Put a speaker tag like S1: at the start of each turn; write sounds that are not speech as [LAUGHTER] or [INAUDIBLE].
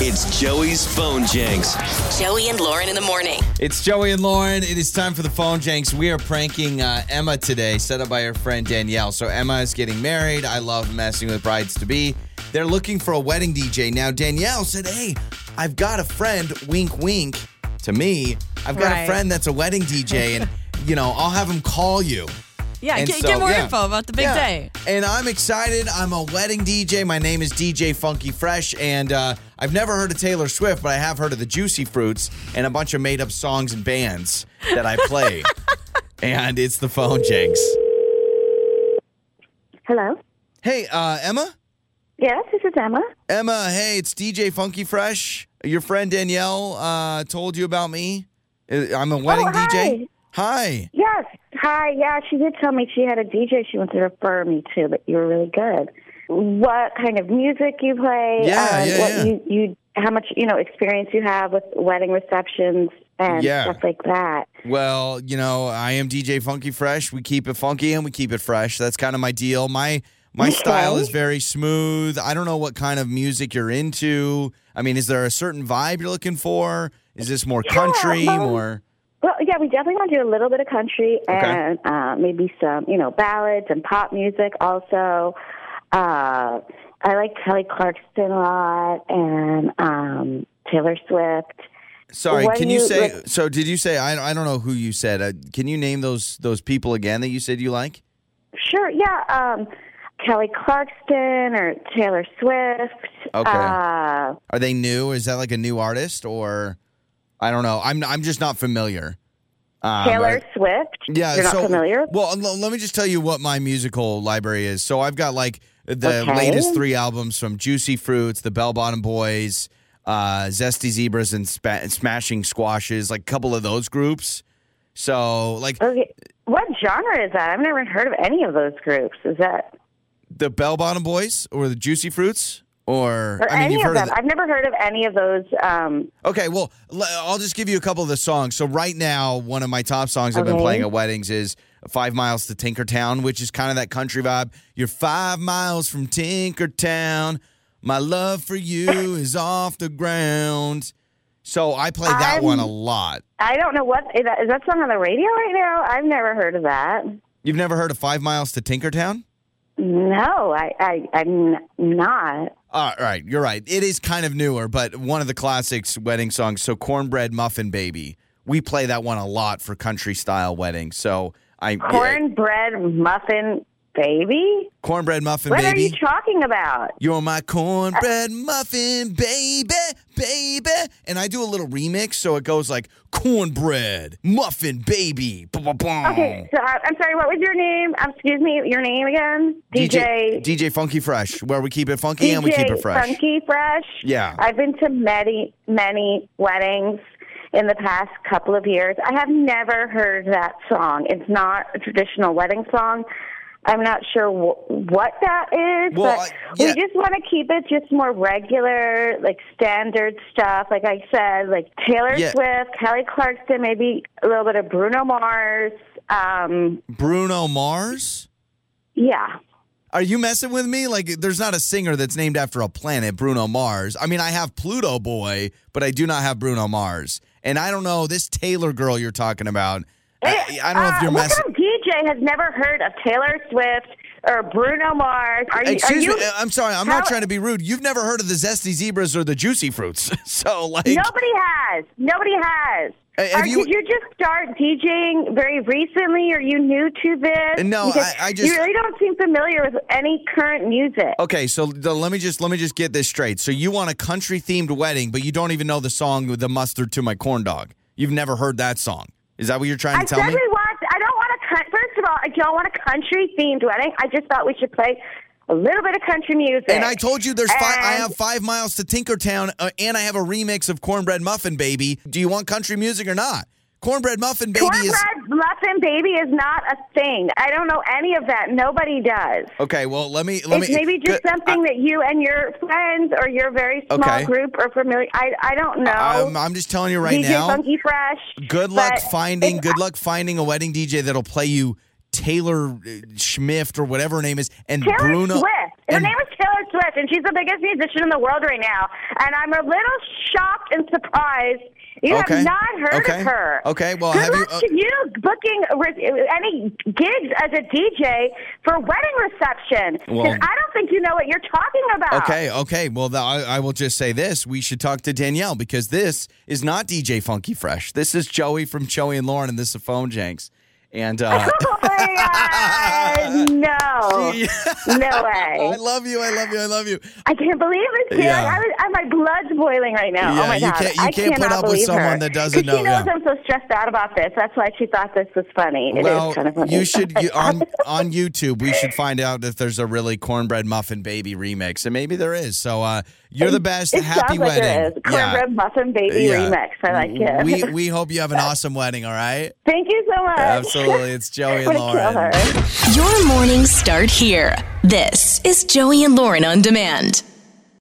S1: It's Joey's phone janks.
S2: Joey and Lauren in the morning.
S3: It's Joey and Lauren. It is time for the phone janks. We are pranking uh, Emma today, set up by her friend Danielle. So Emma is getting married. I love messing with brides to be. They're looking for a wedding DJ now. Danielle said, "Hey, I've got a friend. Wink, wink. To me, I've got a
S4: Right.
S3: friend that's a wedding DJ, and you know, I'll have him call you."
S4: Yeah,
S3: And
S4: get,
S3: so,
S4: get more
S3: yeah.
S4: info about the big
S3: Yeah.
S4: day.
S3: And I'm excited. I'm a wedding DJ. My name is DJ Funky Fresh. And uh, I've never heard of Taylor Swift, but I have heard of the Juicy Fruits and a bunch of made up songs and bands that I
S4: [LAUGHS]
S3: play. and it's the phone jinx.
S5: Hello.
S3: Hey, uh, Emma?
S5: Yes, this is Emma.
S3: Emma, hey, it's DJ Funky Fresh. Your friend Danielle uh, told you about me. Uh, I'm a wedding DJ. Hi.
S5: Yes. Hi. Yeah, she did tell me she had a DJ she wanted to refer me to, but you were really good. What kind of music you play? um,
S3: Yeah, yeah,
S5: what
S3: yeah.
S5: You, you, how much you know experience you have with wedding receptions and
S3: Yeah.
S5: stuff like that.
S3: Well, you know, I am DJ Funky Fresh. We keep it funky and we keep it fresh. That's kind of my deal. My my
S5: Okay.
S3: style is very smooth. I don't know what kind of music you're into. I mean, is there a certain vibe you're looking for? Is this more country,
S5: um,
S3: more
S5: Well, yeah, we definitely want to do a little bit of country and uh, maybe some, you know, ballads and pop music. Also, uh, I like Kelly Clarkson a lot and um, Taylor Swift.
S3: Sorry,
S5: what
S3: can
S5: do
S3: you
S5: you
S3: say
S5: rec-
S3: so did you say I I don't know who you said. Uh, can you name those those people again that you said you like?
S5: Sure, yeah, um, Kelly Clarkson or Taylor Swift.
S3: Okay.
S5: Uh,
S3: Are they new? Is that like a new artist or I don't know. I'm I'm just not familiar. Um,
S5: Taylor
S3: I-
S5: Swift.
S3: Yeah,
S5: you're not
S3: so,
S5: familiar.
S3: Well, l- let me just tell you what my musical library is. So I've got like the
S5: Okay.
S3: latest three albums from Juicy Fruits, the Bell Bottom Boys, uh, Zesty Zebras, and Spa- Smashing Squashes, like a couple of those groups. So like
S5: Okay. What genre is that? I've never heard of any of those groups. Is that
S3: the Bell Bottom Boys or the Juicy Fruits. Or,
S5: or
S3: I mean,
S5: any
S3: you've
S5: of
S3: heard
S5: them?
S3: of the-
S5: I've never heard of any of those. Um,
S3: Okay, well, l- I'll just give you a couple of the songs. So right now, one of my top songs I've been
S5: Okay.
S3: playing at weddings is Five Miles to Tinkertown, which is kind of that country vibe. You're five miles from Tinkertown. My love for
S5: [LAUGHS]
S3: you is off the ground. So I play that
S5: I'm-
S3: one a lot.
S5: I don't know what is that, is that song on the radio right now. I've never heard of that.
S3: You've never heard of Five Miles to Tinkertown?
S5: No, I, I I'm n- not.
S3: All right, you're right. It is kind of newer, but one of the classics wedding songs. So Cornbread Muffin Baby. We play that one a lot for country style weddings. So I
S5: Cornbread muffin baby.
S3: cornbread muffin
S5: What
S3: baby.
S5: are you talking about?
S3: You're my cornbread muffin, baby, baby. And I do a little remix, so it goes like cornbread muffin, baby. Ba, ba, ba.
S5: Okay, so I, I'm sorry. What was your name? Um, excuse me, your name again?
S3: DJ,
S5: DJ.
S3: DJ Funky Fresh, where we keep it funky and we keep it fresh.
S5: Funky Fresh.
S3: Yeah.
S5: I've been to many, many weddings in the past couple of years. I have never heard that song. It's not a traditional wedding song. I'm not sure wh- what that is,
S3: Well,
S5: but
S3: I- yeah.
S5: we just want to keep it just more regular, like standard stuff. Like I said, like Taylor
S3: Yeah.
S5: Swift, Kelly Clarkson, maybe a little bit of Bruno Mars. Um,
S3: Bruno Mars?
S5: yeah.
S3: Are you messing with me? Like, there's not a singer that's named after a planet, Bruno Mars. I mean, I have Pluto Boy, but I do not have Bruno Mars. And I don't know, this Taylor girl you're talking about, I, I don't know if
S5: Uh,
S3: you're
S5: what
S3: messing.
S5: kind of DJ has never heard of Taylor Swift or Bruno Mars? Are you?
S3: Excuse
S5: are you
S3: me. uh, I'm sorry. I'm not
S5: How-
S3: trying to be rude. You've never heard of the zesty zebras or the juicy fruits, [LAUGHS] so like,
S5: Nobody has. Nobody has.
S3: Uh, have
S5: Are-
S3: you-
S5: did you just start DJing very recently? Are you new to this?
S3: No,
S5: Because
S3: I- I just- Oh,
S5: You really don't seem familiar with any current music.
S3: okay. So the, let me just let me just get this straight. So you want a country themed wedding, but you don't even know the song with the mustard to my corn dog. You've never heard that song. Is that what you're trying
S5: I
S3: to
S5: said
S3: tell me?
S5: we want. I don't want a. coun- First of all, I don't want a country themed wedding. I just thought we should play a little bit of country music.
S3: And I told you there's five. I
S5: And-
S3: have five miles to Tinkertown, uh, and I have a remix of Cornbread Muffin Baby. Do you want country music or not? Cornbread Muffin Baby is
S5: Cornbread muffin baby is not a thing. I don't know any of that. Nobody does.
S3: okay. Well, let me let
S5: it's
S3: me.
S5: maybe just
S3: Good-
S5: something that you and your friends or your very small
S3: Okay.
S5: group are familiar. I I don't know.
S3: I'm, I'm just telling you right
S5: DJ
S3: now.
S5: Funky Fresh.
S3: Good luck
S5: but
S3: finding.
S5: it's-
S3: Good luck finding a wedding DJ that'll play you Taylor uh, Schmift or whatever her name is, and
S5: Taylor
S3: Bruno.
S5: Swift. Her
S3: And-
S5: name is Taylor Swift, and she's the biggest musician in the world right now. And I'm a little shocked and surprised you
S3: Okay.
S5: have not heard
S3: Okay.
S5: of her.
S3: Okay, well,
S5: Good
S3: have you- uh,
S5: luck to you booking re- any gigs as a DJ for wedding reception. 'cause
S3: Well-
S5: I don't think you know what you're talking about.
S3: Okay, okay. Well, th- I, I will just say this. We should talk to Danielle because this is not DJ Funky Fresh. This is Joey from Joey and Lauren, and this is Phone Janks. And
S5: [LAUGHS]
S3: uh,
S5: [LAUGHS] Oh my God.
S3: [LAUGHS]
S5: No. no
S3: I
S5: way.
S3: love you. I love you. I love you.
S5: I can't believe it, dude.
S3: Yeah.
S5: I was, I, my blood's boiling right now.
S3: Yeah,
S5: oh my
S3: you
S5: god,
S3: can't- you
S5: I
S3: can't put
S5: cannot
S3: up with
S5: believe
S3: someone
S5: her.
S3: that doesn't
S5: 'Cause She
S3: know,
S5: knows
S3: yeah.
S5: I'm so stressed out about this. That's why she thought this was funny. It is
S3: well,
S5: kind of funny.
S3: you
S5: [LAUGHS]
S3: should you, on on YouTube. We should find out if there's a really cornbread muffin baby remix, and maybe there is. So uh, you're the best.
S5: It
S3: Happy
S5: sounds like
S3: wedding.
S5: there is cornbread muffin baby
S3: Yeah.
S5: remix. I like it.
S3: We we hope you have an awesome wedding. All right.
S5: [LAUGHS] Thank you so much.
S3: Absolutely. It's Joey
S5: I'm
S3: and
S5: gonna kill
S3: Lauren.
S5: her.
S2: Your mornings start here. This is Joey and Lauren on demand.